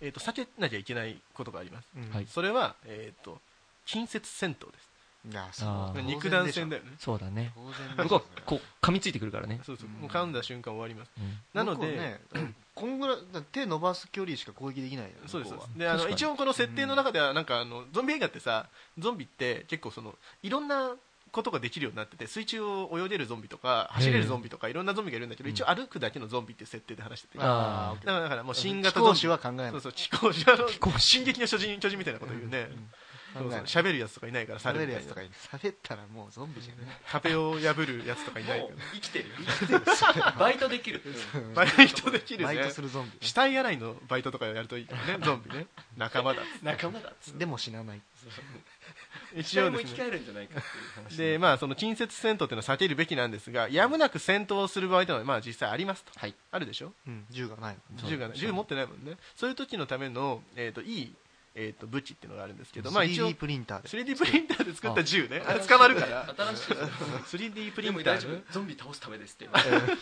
S1: えー、と避けなきゃいけないことがあります、
S3: うん
S2: はい
S1: それは、えー、と近接戦闘です、
S3: いや
S2: あ
S3: そう
S2: ー
S1: 肉弾戦だ
S3: よ
S1: よね、
S2: そうだね
S3: 当然で
S2: 向
S3: しょ
S2: こうこう噛みついてくるからね、
S1: そうそう
S3: うん
S1: もう噛んだ瞬間終わります。
S2: うん
S1: なので、
S3: 向こうねこんぐらいだ手伸ばす距離しか攻撃できないよね
S1: そうですそうで
S3: 向こ
S1: すであ
S2: 確
S1: の
S2: かに
S1: 一応この設定の中ではなんかあのゾンビ映画ってさゾンビって結構そのいろんなことができるようになってて水中を泳げるゾンビとか走れるゾンビとかいろんなゾンビがいるんだけど
S2: うん
S1: 一応歩くだけのゾンビっていう設定で話してて
S3: うは
S1: だか
S2: あー
S1: らだからもう新型
S3: 飛
S1: ゾン
S3: 行
S1: ビ
S3: 士は考えない
S1: そうそう飛行士あの
S2: 飛行
S1: 進撃の巨人巨人みたいなこと言うね
S3: うん
S1: そうそう
S3: 考えない
S1: 喋るやつとかいないから猿
S3: 喋
S1: み
S3: る
S1: た
S3: や
S1: い
S3: つ
S1: な
S3: とかに喋ったらもうゾンビじゃね
S1: 壁を破るやつとかいないか
S2: もう生きてるよバイトできる
S1: らバイトできる
S3: バイ
S1: ね
S3: トするゾンビ
S1: 死体洗いのバイトとかやると いいからねゾンビね仲間だ
S2: 仲間だっつって
S3: でも死なない
S1: 一応
S2: も
S1: で
S2: 生
S1: す
S2: き
S1: ね
S2: 返るんじゃないかっていう話
S1: でまあ、その近接戦闘っていうのは避けるべきなんですがやむなく戦闘をする場合というのは、まあ、実際ありますと
S2: はい
S1: あるでしょ
S3: うん銃がないの
S2: そう
S1: 銃がない
S2: そう
S1: 銃持ってないもんねそういう時のための、えー、といい、えー、と武器っていうのがあるんですけど、まあ、一応
S3: 3D プリンターで
S1: 3D プリンターで作った銃ねあれ捕まる から
S2: 新しい
S1: 3D プ
S2: プ
S1: リ
S2: リ
S1: ン
S2: ン
S1: タ
S2: タ
S1: ー
S2: ー
S1: ね
S2: ゾンビ倒すためですって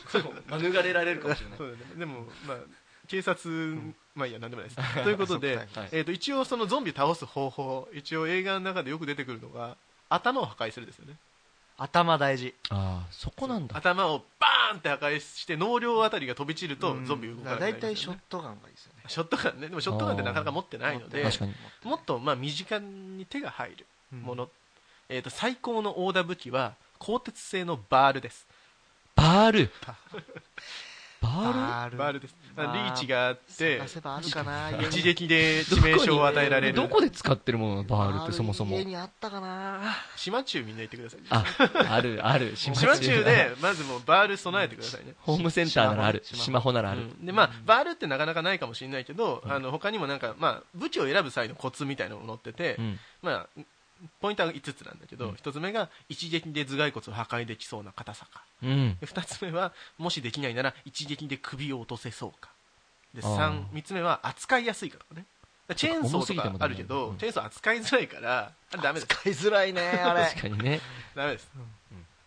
S2: そう免れられるかもしれない
S1: そうだねでも、まあ、警察、まあいいやなんでもないですということで、
S3: はい
S2: はい
S1: えー、と一応そのゾンビ倒す方法一応映画の中でよく出てくるのが頭を破壊するですよね
S3: 頭大事
S2: ああそこなんだ
S1: 頭をバーンって破壊して脳量あたりが飛び散るとゾンビ動かなくな
S3: だ
S1: る
S3: いたいショットガンがいいですよね
S1: ショットガンねでもショットガンってなかなか持ってないので
S2: 確かに
S1: もっとまあ身近に手が入るも
S3: の
S1: の、えー、と最高のオーダー武器は鋼鉄製のバールです
S2: バールバ
S3: バー
S2: ール
S3: ル
S1: バールですリ
S3: バール
S1: ーチがあって
S3: 探せばあるかな家に
S1: 一撃で致命傷を与えられる
S2: どこで使ってるものバールってそもそ
S3: バ
S2: も
S3: ール家にあったかな
S1: 島中みんな行ってください
S2: ああるある島
S1: 島中でまずもうバール備えてくださいね
S2: ホームセンターならある
S3: 島
S2: スマホならある
S1: うんでまあ、バールってなかなかないかもしれないけど、あの他にもなんか、まあ、武器を選ぶ際のコツみたいなのも載ってて、
S2: うん
S1: まあ、ポイントは5つなんだけど、
S2: うん
S1: 1つ目が一撃で頭蓋骨を破壊できそうな硬さか
S2: うん
S1: 2つ目はもしできないなら一撃で首を落とせそうかで
S2: あー
S1: 3, 3つ目は扱いやすいかとかねチェーンソーと
S2: 重すぎて
S1: か
S2: も
S1: あ
S2: ダメ
S1: るけ
S2: だよね
S1: ど、
S2: うん
S1: チェーンソー扱いづらいからあダメです
S3: 使いづらいねあれ
S2: 確かにね
S1: ダメです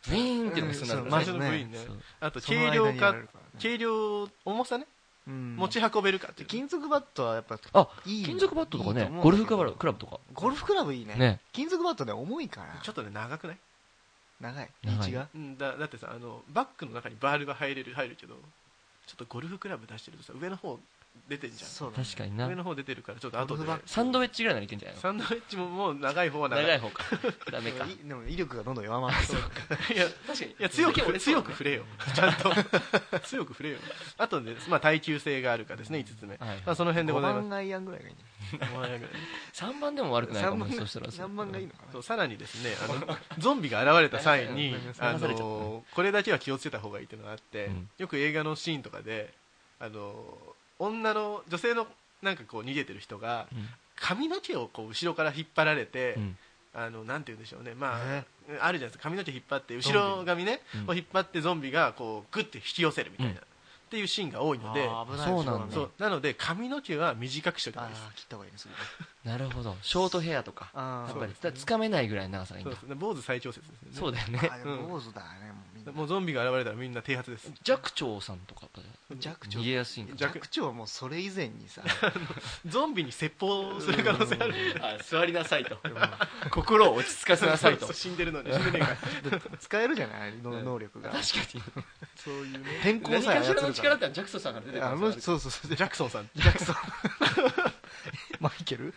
S2: ウィーンってのがするんだ
S3: ま
S1: 最
S3: ず
S1: 初の
S3: ね
S1: 部員ね
S2: そう
S1: あと
S3: その
S1: 軽
S3: 間
S1: 量
S3: にや
S1: 化、
S3: られるからね
S1: 軽量重さね
S3: うん
S1: 持ち運べるかっていう
S3: 金属バットはやっぱ
S2: あ
S3: いい
S2: 金属バットとか
S3: いい
S2: ね
S3: 思
S2: ゴ
S3: うん
S2: ル
S3: だけ
S2: フ
S3: ど
S2: クラブクラブとか
S3: ゴルフクラブいいね
S2: ね
S3: 金属バットね重いから
S1: ちょっとね長くない
S3: 長い
S2: 長い
S3: 道が
S1: うんだだってさあのバッグの中にバールが入れる入るけどちょっとゴルフクラブ出してるとさ上の方出てんじゃ
S3: そうだね
S2: 確かに
S1: ん
S2: な
S1: 上の方出てるからちょっと後で
S3: ゴルフバッグ
S2: サンドウェッジぐらいならいけんじゃないの
S1: サンドウェッジももう長い方は長い
S2: 長い方かダメか
S3: でもいでも威力がどんどん弱まってそう
S1: いや
S2: 確かに
S1: いや強く
S2: 俺
S1: 強く振れよ、ちゃんと 強く振れよ、あとね、まあ、耐久性があるかですね、5つ目、
S2: はい
S1: まあ、その辺でご
S3: 5
S1: ざいま
S3: 番
S1: す
S3: アイアンぐらいがいいね
S2: 3番でも悪くないか
S3: 3
S2: も
S3: 番
S2: そしたら
S3: 3番がいいのか
S1: そうさらにですねあの、ゾンビが現れた際に
S2: ごめん
S1: あ
S2: なさい流されちゃった
S1: の、これだけは気をつけた方がいいというのがあって、
S2: うん
S1: よく映画のシーンとかで、あの女の女性のなんかこう逃げてる人が、髪の毛をこう後ろから引っ張られて、
S2: うん
S1: あのなんて言うんでしょうね、まあ、
S3: ね
S1: あるじゃないですか、髪の毛引っ張って、後ろ髪ね
S2: ゾンビう、ん
S1: を引っ張って、ゾンビがこうグッて引き寄せるみたいな、
S2: うん
S1: っていうシーンが多いので、
S3: あー危ない
S2: そうなんだ
S1: そうなので、髪の毛は短くしておいた方
S3: あ
S1: がいいです
S3: あ切った方がいいです
S2: なるほどショートヘアとか
S3: あ
S2: や
S3: あ
S2: っ
S1: そ
S2: ぱり
S1: うですね
S2: つかめないぐらいの長さがいい
S1: そ
S2: ん
S1: う
S2: だ
S1: ですね、坊主最長説ですね、
S2: そうだよね
S3: あ
S1: うん
S3: 坊主だねもうみんな
S1: もうゾンビが現れたらみんな剃髪です、
S2: 寂聴さんとかやっぱ
S3: 弱
S2: 逃げ
S3: 聴
S2: やすいんか
S3: 弱聴はもうそれ以前にさ
S1: ゾンビに説法する可能性ある、
S2: あ座りなさいと心を落ち着かせなさいと
S1: そう
S2: 確
S1: 死んでる のに、死んでねえから、
S3: 使えるじゃないあれの能力が
S2: か
S1: そういうね、
S3: 変
S2: に
S3: 更
S2: 何
S3: さえ
S2: かし
S3: 操
S2: らの
S3: るか
S2: 力
S3: ら
S2: ってのはジャクソンさんから出てく
S3: あ
S2: る
S3: の
S2: んですよ
S3: そうそうそう
S1: ジャクソンさん、
S3: ジャク ソンマイケル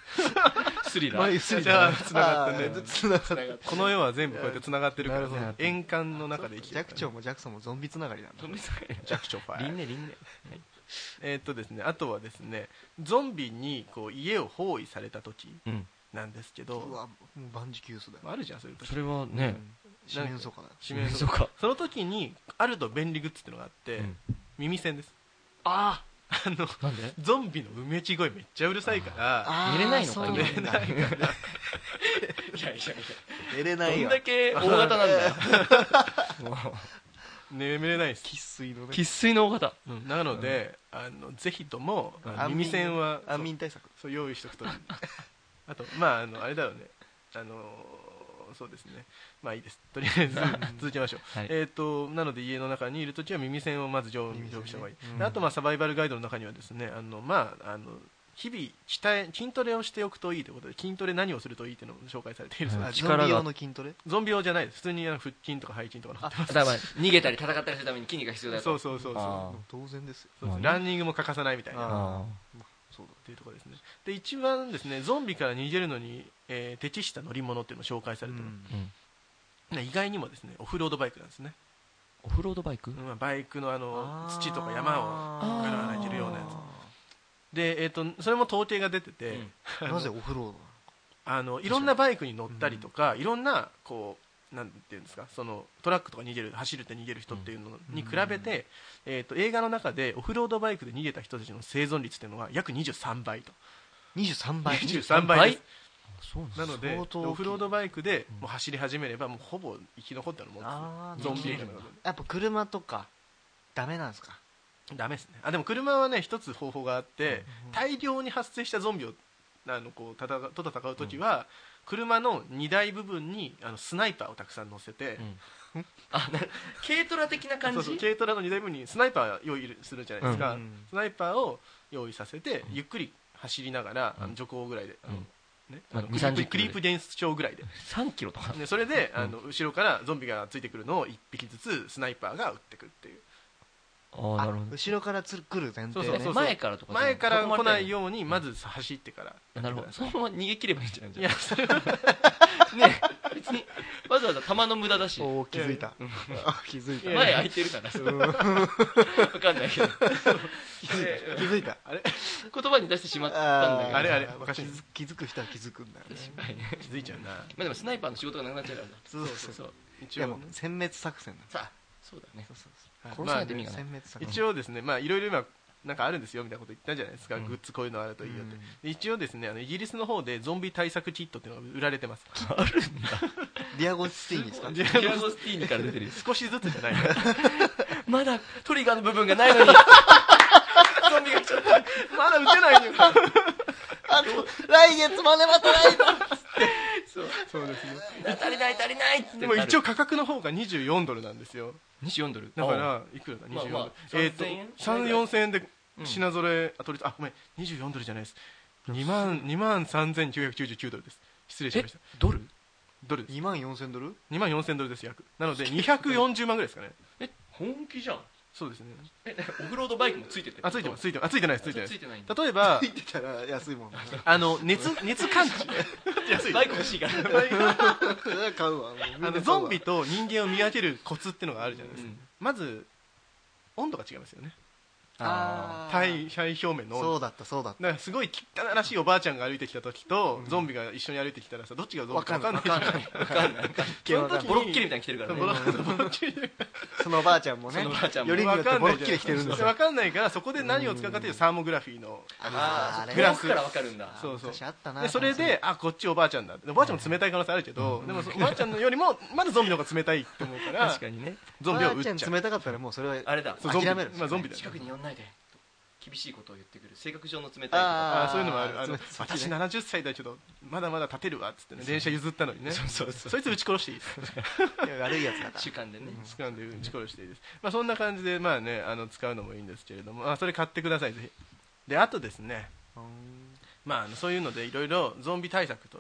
S2: スリラ
S3: マ
S2: ー
S3: イスリ
S1: じゃあ
S3: だ
S1: 繋がったね
S3: つながった
S2: 繋がって
S1: この世は全部こうやってつながってるから
S3: なるほど、
S1: 円環の中で生きてるから
S3: 弱聴もジャクソンもゾンビつながりなんだ
S2: ゾンビさんがいる
S1: 弱聴ファイ
S2: 輪廻輪廻
S1: えーっとですねあとはですねゾンビにこう家を包囲された時
S2: うん、
S1: なんですけ
S3: う
S1: ど
S3: わもう万事休すだよ
S1: あるじゃんそういう時
S2: それはね
S3: 四面楚歌だよ
S1: 締め
S2: そうか
S1: その時にあると便利グッズってのがあって、
S2: うん
S1: 耳栓です
S3: あ
S1: あの
S2: なんで
S1: ゾンビのうめち声めっちゃうるさいから
S3: あー
S2: 寝れないの
S3: そう
S2: か
S3: なんだ
S2: 寝れ ないいやいやい
S3: 寝れな
S2: やど
S3: い
S2: ん
S3: よ
S2: だけ大 型なんだよも
S1: 眠れないです
S3: 生粋の
S2: う
S3: ね
S2: 生粋の大型
S1: うんなので、あのぜひともあの
S3: 安眠
S1: 耳栓はそう
S3: 安眠対策
S1: そう用意しとくと あとまああのあれだろうねあのーそうですねまあいいですとりあえず続けましょう、
S2: はい
S1: えっ、となので家の中にいるときは耳栓をまず常備
S3: 耳栓ね
S1: 常備した方がいい、
S3: うん
S1: であとまあサバイバルガイドの中にはですねあのまああの日々鍛え筋トレをしておくといいということで筋トレ何をするといいというのも紹介されているそうです、
S2: は
S3: あゾ
S2: い
S3: ンビ用の筋トレ
S1: ゾンビ用じゃないです普通にあの腹筋とか背筋とかの
S3: あ
S2: だから逃げたり戦ったりするために筋肉が必要だと
S1: そうそうそうそう
S2: あ
S3: 当然ですよ
S1: そうです
S2: まあね
S1: ランニングも欠かさないみたいな
S3: あ
S2: あ
S3: そうだ
S1: っていうところですねで一番ですねゾンビから逃げるのに、えー適した乗り物っていうのを紹介されてます、
S2: ー、うん、
S1: ね意外にもですねオフロードバイクなんですね、
S2: オフロードバイク、
S1: まあ、バイクのあの土とか山を
S2: ガラガラい
S1: け
S2: け
S1: る
S2: る
S1: よ
S2: よ
S1: う
S2: う
S1: な
S2: な
S1: や
S2: や
S1: で、えー、とそれも統計が出てて、
S3: つなぜオフロード
S1: あのいろんなバイクに乗ったりとか、いろんなこうなんていうんですかそのトラックとか逃げる走るって逃げる人っていうのに比べて、えー、と映画の中でオフロードバイクで逃げた人たちの生存率っていうのは約23倍と
S3: なの23倍
S1: 23倍です
S2: そうなんだ
S1: なので
S3: 相当大きい
S1: オフロードバイクでもう走り始めればもうほぼ生き残ったのも
S3: あー
S1: ゾンビ映画
S3: でき
S1: な
S3: る
S1: の
S3: んだやっぱ車とかダメなんですか
S1: でダメですねあでも車はね一つ方法があって大量に発生したゾンビをあのこう戦うと戦う時は車の荷台部分にあのスナイパーをたくさん乗せて
S2: うんあな軽トラ的な感じ
S1: そうそう軽トラの荷台部分にスナイパーを用意するじゃないですか、
S3: うんうん
S1: スナイパーを用意させてゆっくり走りながらあの徐行ぐらいで、あのねあの
S2: まあ
S1: クリープ
S2: 20
S1: クリープ現出症ぐらいで
S2: 3キロとか
S1: でそれで、あの後ろからゾンビがついてくるのを1匹ずつスナイパーが撃ってくるっていう
S2: ああ
S3: あ
S2: なるほど
S3: 後ろからつ来る前提
S1: そうそう
S3: ね
S1: そう
S2: 前からとかじゃ
S1: 前から来ないように
S2: ん
S1: まず走ってから、
S2: なるほどそのまま逃げ切ればいいんじゃない
S1: いやそれは
S2: ね別にわざわざ弾の無駄だし
S3: おー気づいた気づいた
S1: いや
S2: 前空いてるから
S3: うん
S2: わかんないけ
S3: 気づい
S2: ど
S3: た気づいた
S1: あれ
S2: 言葉に出してしまったんだけど
S1: あれあれ
S3: ー
S1: おかしい
S3: 気づ気づく人は気づくんだよね
S2: 確かにね
S1: 気づいちゃうな
S2: まあでもスナイパーの仕事がなくなっちゃうからな
S3: そうそう
S2: そうそう
S3: い
S1: 一
S3: や
S1: 応
S3: もう
S1: ね
S3: 殲滅作戦だ
S2: さあそうだね
S3: そうそうそう
S1: はい
S2: 殺
S1: ま
S2: さ
S1: あ
S2: ないと意味がない
S3: 殲滅作
S1: 一応ですねまあいろいろ今なんかあるんですよみたいなこと言ったじゃないですか、
S2: うん
S1: グッズこういうのあるといいよって、
S3: うん
S1: で一応ですねあのイギリスの方でゾンビ対策キットっていうのが売られてます
S3: ディアゴスティー ニですか
S2: ディアゴスティーニから出てる
S1: 少しずつじゃない
S2: まだトリガーの部分がないのにゾンビが来ちゃった
S1: まだ打てないのよ
S3: あと来月までまた来月
S2: そう
S1: そうですね
S2: 足りない足りないっつって
S1: でも一応価格の方が24ドルなんですよ
S2: 24ドル
S1: だからいくらだ24ドル、
S2: まあまあ
S1: えっ、と
S2: 3000円
S1: 34000円で品揃え、あ取りあごめん24ドルじゃないです2万2万3999ドルです失礼し
S2: え
S1: ました
S2: ドル
S1: ドルです
S3: 2万4000ドル
S1: 2万4000ドルです約なの で240万ぐらいですかね
S2: え本気じゃん
S1: そうですね
S2: えオフロードバイクもついてて
S1: あついてますついてますあついてないですついてない
S2: つ
S1: で
S2: いてないんだ
S1: す例えば
S3: ついてたら安いもんね
S1: あの熱熱感知安 い
S2: バイク欲しいから
S3: 買うわもうみん
S1: あ
S3: な
S1: の
S3: 買うわ
S1: ゾンビと人間を見分けるコツってのがあるじゃないですか、
S2: うん
S1: まず温度が違いますよね
S3: あー
S1: 体体表面の温度
S3: そうだったそうだっ
S1: だからすごい汚らしいおばあちゃんが歩いてきた時と、ゾンビが一緒に歩いてきたらさどっちがゾンビか分かんないじゃん
S3: わかんない
S2: わかんない
S1: その時に
S2: ボロッキリみたいに来てるからね
S1: ボロボロッキリ
S3: たそのおばあちゃんもね
S2: そのおばあちゃんも
S3: よりによってボロッキリ
S1: 分かんない
S3: 来てるん
S1: じ
S3: で
S1: ゃんそ
S3: す
S1: れ
S3: よ
S1: 分かんないからそこで何を使うかというとサーモグラフィーの
S3: あ
S2: ああ
S3: ー
S2: グラスからわかるんだ
S1: そうそう
S3: 昔あったな
S1: でそれであこっちおばあちゃんだおばあちゃんも冷たい可能性あるけど、でもそおばあちゃんのよりもまだゾンビの方が冷たいと思うから
S2: 確かにね
S1: ゾンビを撃っ
S3: ばあ
S1: ち
S3: ち
S1: ゃう
S3: ゃ
S1: ん
S3: 冷たかったらもうそれは
S2: あれだ
S1: そうゾンビ
S3: 諦める
S1: まあ、ゾンビだよ
S2: 近くに寄んないで厳しいことを言ってくる性格上の冷たいとか
S1: あ
S3: あ
S1: ーそういうのもあるあの
S3: 冷たい
S1: 私70歳だけどまだまだ立てるわっつってね電車譲ったのにねそう
S2: そうそう
S1: いつ撃ち殺していいです
S3: いや悪いやつだか
S2: 主観でね
S1: 掴んで撃ち殺していいです、まあ、そんな感じで、まあね、あの使うのもいいんですけれども、まあ、それ買ってくださいぜひであとですね、
S3: ら
S1: まああの、そういうのでいろいろゾンビ対策と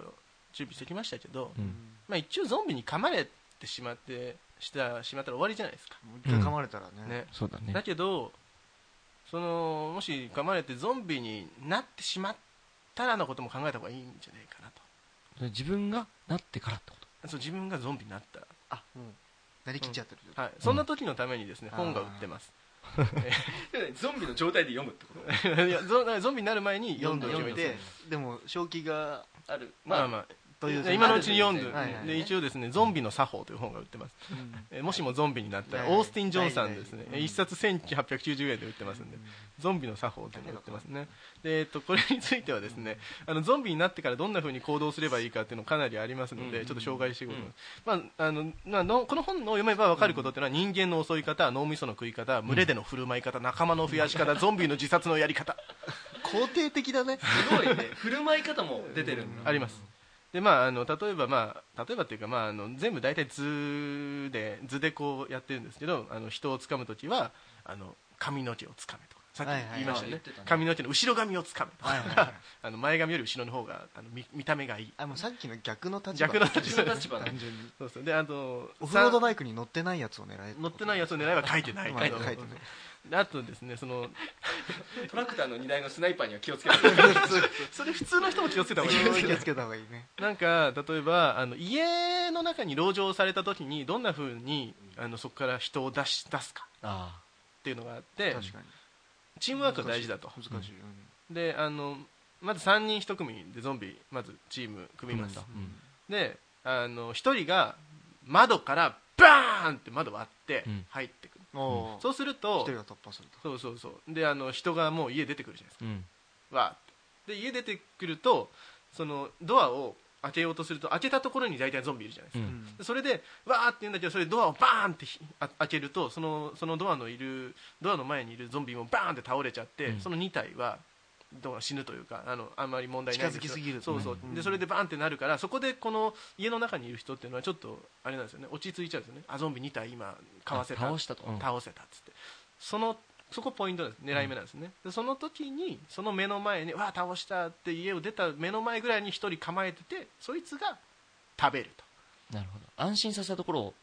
S1: 準備してきましたけど、
S2: うん
S1: まあ、一応ゾンビに噛まれてしまってしたしまったら終わりじゃないですか、
S3: もう一回噛まれたらね
S1: ね
S2: そうだ
S1: だけどそのもし噛まれてゾンビになってしまったらのことも考えた方がいいんじゃないかなと
S2: 自分がなってからってこと
S1: そう自分がゾンビになったら
S3: あもうなりきっちゃってる
S1: はい、そんな時のためにですね、
S3: うん
S1: 本が売ってます、
S2: ゾンビの状態で読むってこ と
S1: いやゾゾンビになる前に読んでお
S3: 読
S1: 決
S3: ん
S1: め
S3: で
S1: て
S3: でも正気が
S2: ある
S1: ま
S2: ま
S1: あ
S2: あ
S1: ま
S3: という
S1: あ今のうちに読んで,、
S3: はいはい
S1: で一応ですね「ゾンビの作法」という本が売ってます、えーもしもゾンビになったら
S3: はいはい
S1: オースティン・ジョンさんですね、
S3: はいはい
S1: 1冊1890円で売ってますんで、ゾンビの作法というのを売ってますねで、えっと、 これについてはですねあのゾンビになってからどんな風に行動すればいいかっていうのかなりありますので、
S2: うん
S1: ちょっと紹介していこうと思います、まああのまあのこの本を読めば分かることっていうのは人間の襲い方脳みその食い方群れでの振る舞い方仲間の増やし 方ゾンビの自殺のやり方
S3: 肯定的だね
S2: すごいね振る舞い方も出てるんだ
S1: ありますでまあ、あの例えば、まあ、例えばっていうか、まあ、あの全部大体図で図でこうやってるんですけどあの人を掴む時はあの髪の毛を掴めとかさっき言いましたね、
S2: はいはいはい言ってたね
S1: 髪の毛の後ろ髪を掴めとか、
S3: はいはいはい
S1: あの前髪より後ろの方があの見見た目がいい
S3: あもうさっきの逆の立場
S1: 逆の立
S2: 自
S1: 場
S2: 分
S1: で
S2: の立場だ
S3: 単純に
S1: そうそうであと
S3: オフロード
S1: さ
S3: バイクに乗ってないやつを狙え
S1: 乗ってないやつを狙えば書いてない
S3: まあ
S1: け
S3: 書いて
S1: ど
S3: ない
S1: あとですねその
S2: トラクターの荷台のスナイパーには気をつけて
S1: それ普通の人も気をつけた方がいい
S3: 気をつけた方がいいね
S1: なんか例えばあの家の中に籠城された時にどんなふうにあのそこから人を出し出すか
S2: あ
S1: っていうのがあって
S3: 確かに
S1: チームワークが大事だと
S3: 難しい難しいうん
S1: であのまず3人1組でゾンビまずチーム組みますと、であの1人が窓からバーンって窓割って
S2: うん
S1: 入ってくる、
S3: おー
S1: そうする
S3: 一
S1: と
S3: 人が突破すると
S1: そうそうそうであの人がもう家出てくるじゃないです
S2: うん
S1: かわーってで家出てくるとそのドアを開けようとすると開けたところに大体ゾンビいるじゃないですか、
S2: うん
S3: うん
S1: でそれでわーって言うんだけどそれでドアをバーンってひあ開けるとそのそのドアのいるドアの前にいるゾンビもバーンって倒れちゃって、
S2: うん
S1: その2体はどう死ぬというかあのあんまり問題ないんですけど
S3: 近づきすぎると
S1: そ
S3: ね
S1: うそう、
S3: うん
S1: でそれでバーンってなるからそこでこの家の中にいる人っていうのはちょっとあれなんですよね落ち着いちゃうんですよねあゾンビ2体今かわせた
S2: あ倒したとうん
S1: 倒せたっつってそのそこポイントです狙い目なんですね、でその時にその目の前にわあ倒したって家を出た目の前ぐらいに1人構えててそいつが食べると。
S2: なるほど安心させたところを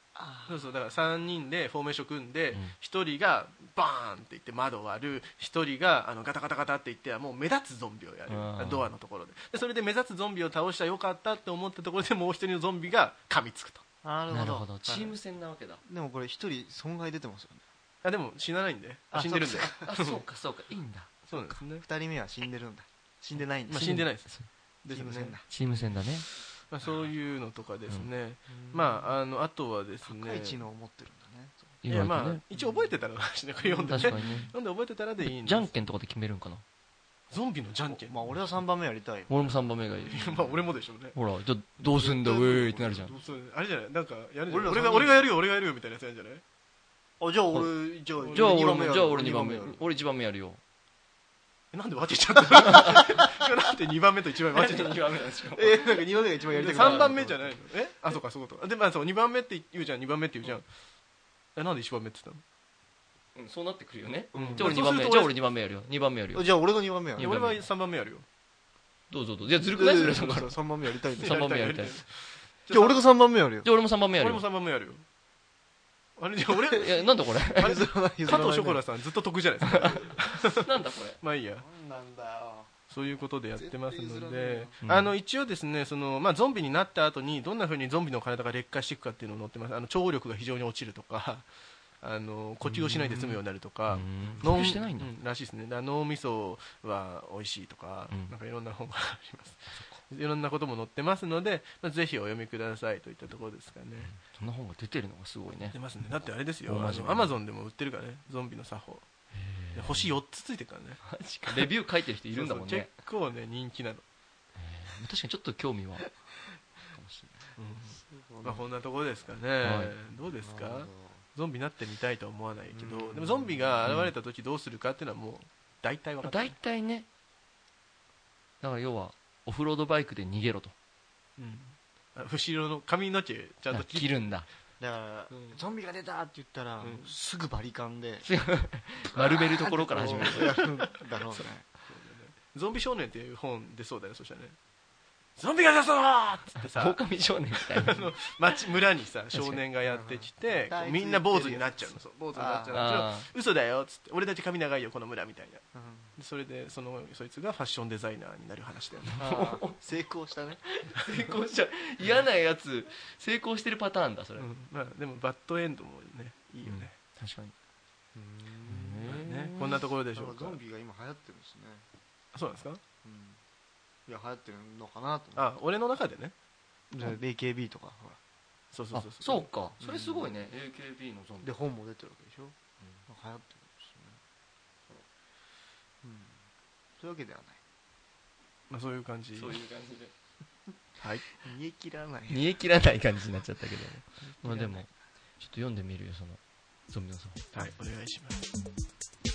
S1: そうそうだから3人でフォーメーション組んで、
S2: うん
S1: 一1人がバーンって言って窓を割る1人があのガタガタガタって言ってもう目立つゾンビをや
S2: あ
S1: る
S2: ー
S1: ドアのところででそれで目立つゾンビを倒したよかったって思ったところでもう1人のゾンビが噛みつくと
S3: なるほど
S2: チーム戦なわけだ
S3: でもこれ一人損害出てますよね
S1: あでも死なないんで
S3: あ
S1: 死んでるんで
S2: あそうかそうかいいんだ
S1: そうなんですね、
S3: 二人目は死んでるんだ死んでないんだ
S1: まあ、死んで
S3: ない
S1: ないですです
S3: チーム
S1: ね
S3: 戦だ
S2: チーム戦だね
S1: まあ、そういうのとかですね、まああのあとはですね
S3: 高い知能を持ってるんだね
S1: いやまあ一応覚えてたら私ねこれ読んでね
S2: 確かにね
S1: 読んで覚えてたらでいいんで
S2: じ
S1: す
S2: ゃんけんとかで決めるんかな
S1: ゾンビのじゃんけん
S3: まあ俺は三番目やりたいよ
S2: 俺も3番目がいい
S1: まあ俺もでしょうね
S2: ほらじゃあどうすんだウェーイってなるじゃん
S1: そうあれじゃないなんかやるじゃん
S3: 俺ら
S1: 俺が
S3: 三人
S1: 俺がやるよ俺がやるよみたいなやつやるんじゃない
S3: あじゃあ俺じゃあ
S2: じゃあ
S3: 二
S2: 俺
S3: 番目やる
S2: もじゃあ俺2番目
S3: 二やる
S2: 俺1番目やる よ
S1: え なんで分けちゃったのなんで2番目と1番目分けちゃったの
S2: 番目なんですよ
S3: えなんか二番目が一番やりたくない
S1: 3番目じゃないのえあそうかそういうことでまあそう2番目って言うじゃん2番目って言うじゃんえなんで1番目って言っ
S2: そうなってくるよね
S3: うん
S2: じゃあ俺2番目
S1: そうすると俺
S2: じゃあ俺2番目やるよ2番目やるよ
S3: じゃあ俺が二番目や
S1: たのいや
S3: る
S1: 俺
S2: 二番目
S1: は3番目やるよ
S2: どうぞどうぞじゃあずるくないそれだから
S3: 3番目やりたいんだ
S2: 3番目やりたい
S1: やり
S2: じ
S3: じゃあ俺が三番目やるよ
S2: ゃあ俺も3番目や
S1: 俺
S2: る
S1: も
S2: よ
S1: 3番目やるよあれじゃあ俺
S2: いやなんだこれ
S1: あれ
S3: 譲らない譲
S1: 加
S3: らない
S1: 藤ショコラさんずっと得じゃないですか
S2: なんだこれ
S1: まあいいや
S3: なんだよ
S1: そういうことでやってますの
S3: 絶対譲らない
S1: で
S3: な、
S2: うん
S1: あの一応ですねその、まあ、ゾンビになった後にどんなふうにゾンビの体が劣化していくかっていうのを載ってますあの聴力が非常に落ちるとか あの呼吸をしないで済むようになるとか、
S2: 納
S1: 脳
S2: 付してないんだ
S1: うんらしいですねだから脳みそは美味しいとか、
S2: うん
S1: なんかいろんな本がありますいろんなことも載ってますので、まあ、ぜひお読みくださいといったところですかね
S2: そんな本が出てるのがすごいね
S1: 出ますねだってあれですよ
S2: 大
S1: あ
S2: 真面
S1: の
S2: 目
S1: アマゾンでも売ってるからねゾンビの作法で星4つついてるからね
S2: マジかレビュー書いてる人いるんだもん
S1: そうそう
S2: ね
S1: 結構ね人気なの、
S2: 確かにちょっと興味は
S1: まあ、こんなところですかね、
S2: はい
S1: どうです
S3: なる
S1: か
S3: ほど
S1: ゾンビになってみたいとは思わないけど、
S3: うん
S1: でもゾンビが現れた時どうするかっていうのはもう大体分かった、
S2: 大体ねだから要はオフロードバイクで逃げろと
S1: うんあ後ろの髪の毛ちゃんと切
S2: 切
S1: る
S2: るんだ
S3: だから、
S1: うん
S3: ゾンビが出たって言ったら、
S1: うん
S3: すぐバリカンで
S2: 丸めるところから始 める
S3: やるんだろうね
S1: ゾンビ少年っていう本出そうだよそしたらねゾンビが出そうっつってさ
S2: 狼少年みたい な
S1: あの町村にさ少年がやってきて
S3: 確かに
S1: みんな坊主になっちゃうのそう坊主になっちゃうの
S2: あ
S1: それを嘘だよっつって俺たち髪長いよこの村みたいな
S3: うん
S1: でそれでそのそいつがファッションデザイナーになる話だよね
S3: あー成功したね
S2: 成功しちゃう嫌なやつ成功してるパターンだそれ
S1: うんまあ、でもバッドエンドもねいいよね、
S2: 確かに
S1: ねこんなところでしょ
S3: なん
S1: う
S3: か
S1: か
S3: ゾンビが今流行ってるんですね、
S1: そうなんですか
S3: うん、いや流行ってるのかなと思
S1: あ俺の中でね
S3: って AKB とかほら
S1: そうそう
S2: あ
S1: そう
S2: そうかそれすごいね AKB のゾンビ
S3: で本も出てるわけでしょ、なんか流行ってるんですね、うん、そういうわけではな
S1: まあ、そういう感じ
S2: そういう感じで
S1: はい
S3: い煮え切らない
S4: 煮え切らない感じになっちゃったけど、まあでもちょっと読んでみるよそのゾンビのさ
S1: はいお願いします